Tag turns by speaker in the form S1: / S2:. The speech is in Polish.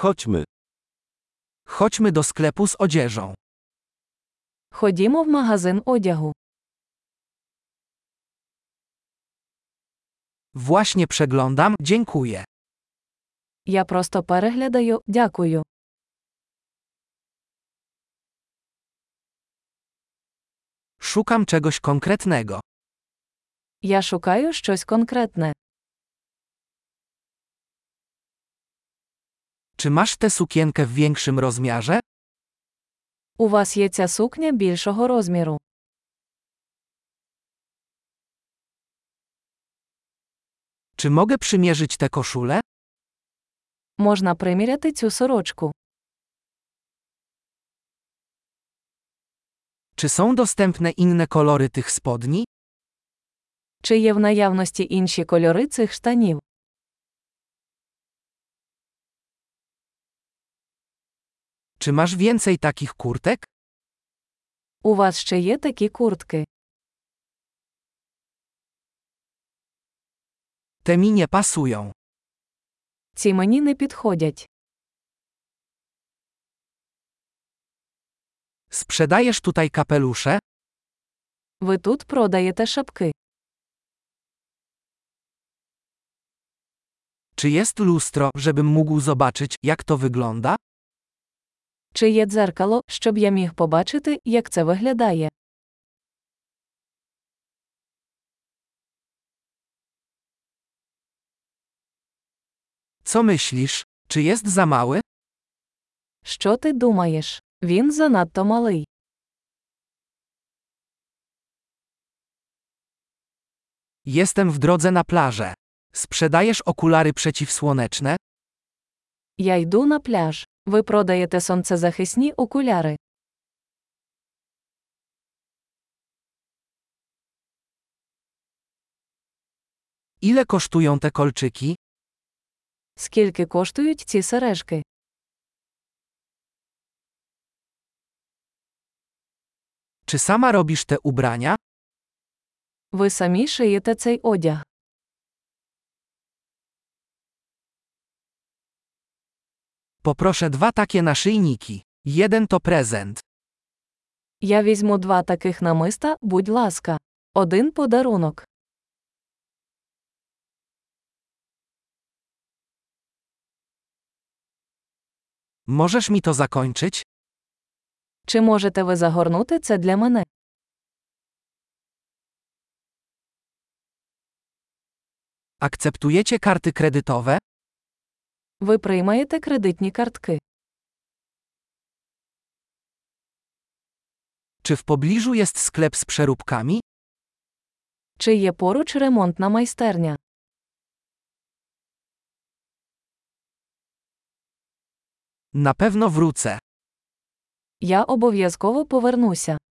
S1: Chodźmy. Chodźmy do sklepu z odzieżą.
S2: Ходімо в магазин одягу.
S1: Właśnie przeglądam, dziękuję.
S2: Я просто переглядаю, дякую.
S1: Szukam czegoś konkretnego.
S2: Я шукаю щось конкретне.
S1: Czy masz tę sukienkę w większym rozmiarze?
S2: У вас є ця сукня більшого розміру.
S1: Czy mogę przymierzyć tę koszulę?
S2: Можна приміряти цю сорочку.
S1: Czy są dostępne inne kolory tych spodni?
S2: Чи є в наявності інші кольори цих штанів?
S1: Czy masz więcej takich kurtek?
S2: У вас ще є такі куртки.
S1: Te mi nie pasują.
S2: Ці мені не підходять.
S1: Sprzedajesz tutaj kapelusze?
S2: Ви тут продаєте шапки.
S1: Czy jest lustro, żebym mógł zobaczyć, jak to wygląda?
S2: Чи є дзеркало, щоб я міг побачити, як це виглядає?
S1: Co myślisz? Czy jest za mały?
S2: Що ти думаєш? Він занадто малий.
S1: Jestem w drodze na plażę. Sprzedajesz okulary przeciwsłoneczne?
S2: Я йду на пляж. Ви продаєте сонцезахисні окуляри.
S1: Ile kosztują te kolczyki?
S2: Скільки коштують ці сережки?
S1: Czy sama robisz te ubrania?
S2: Ви самі шиєте цей одяг.
S1: Poproszę dwa takie naszyjniki. Jeden to prezent.
S2: Я візьму два таких намиста, будь ласка. Один подарунок.
S1: Możesz mi to zakończyć?
S2: Чи можете ви загорнути це для мене?
S1: Akceptujecie karty kredytowe?
S2: Ви приймаєте кредитні картки.
S1: Czy w pobliżu jest sklep z przeróbkami?
S2: Чи є поруч ремонтна майстерня?
S1: Na pewno wrócę.
S2: Я обов'язково повернуся.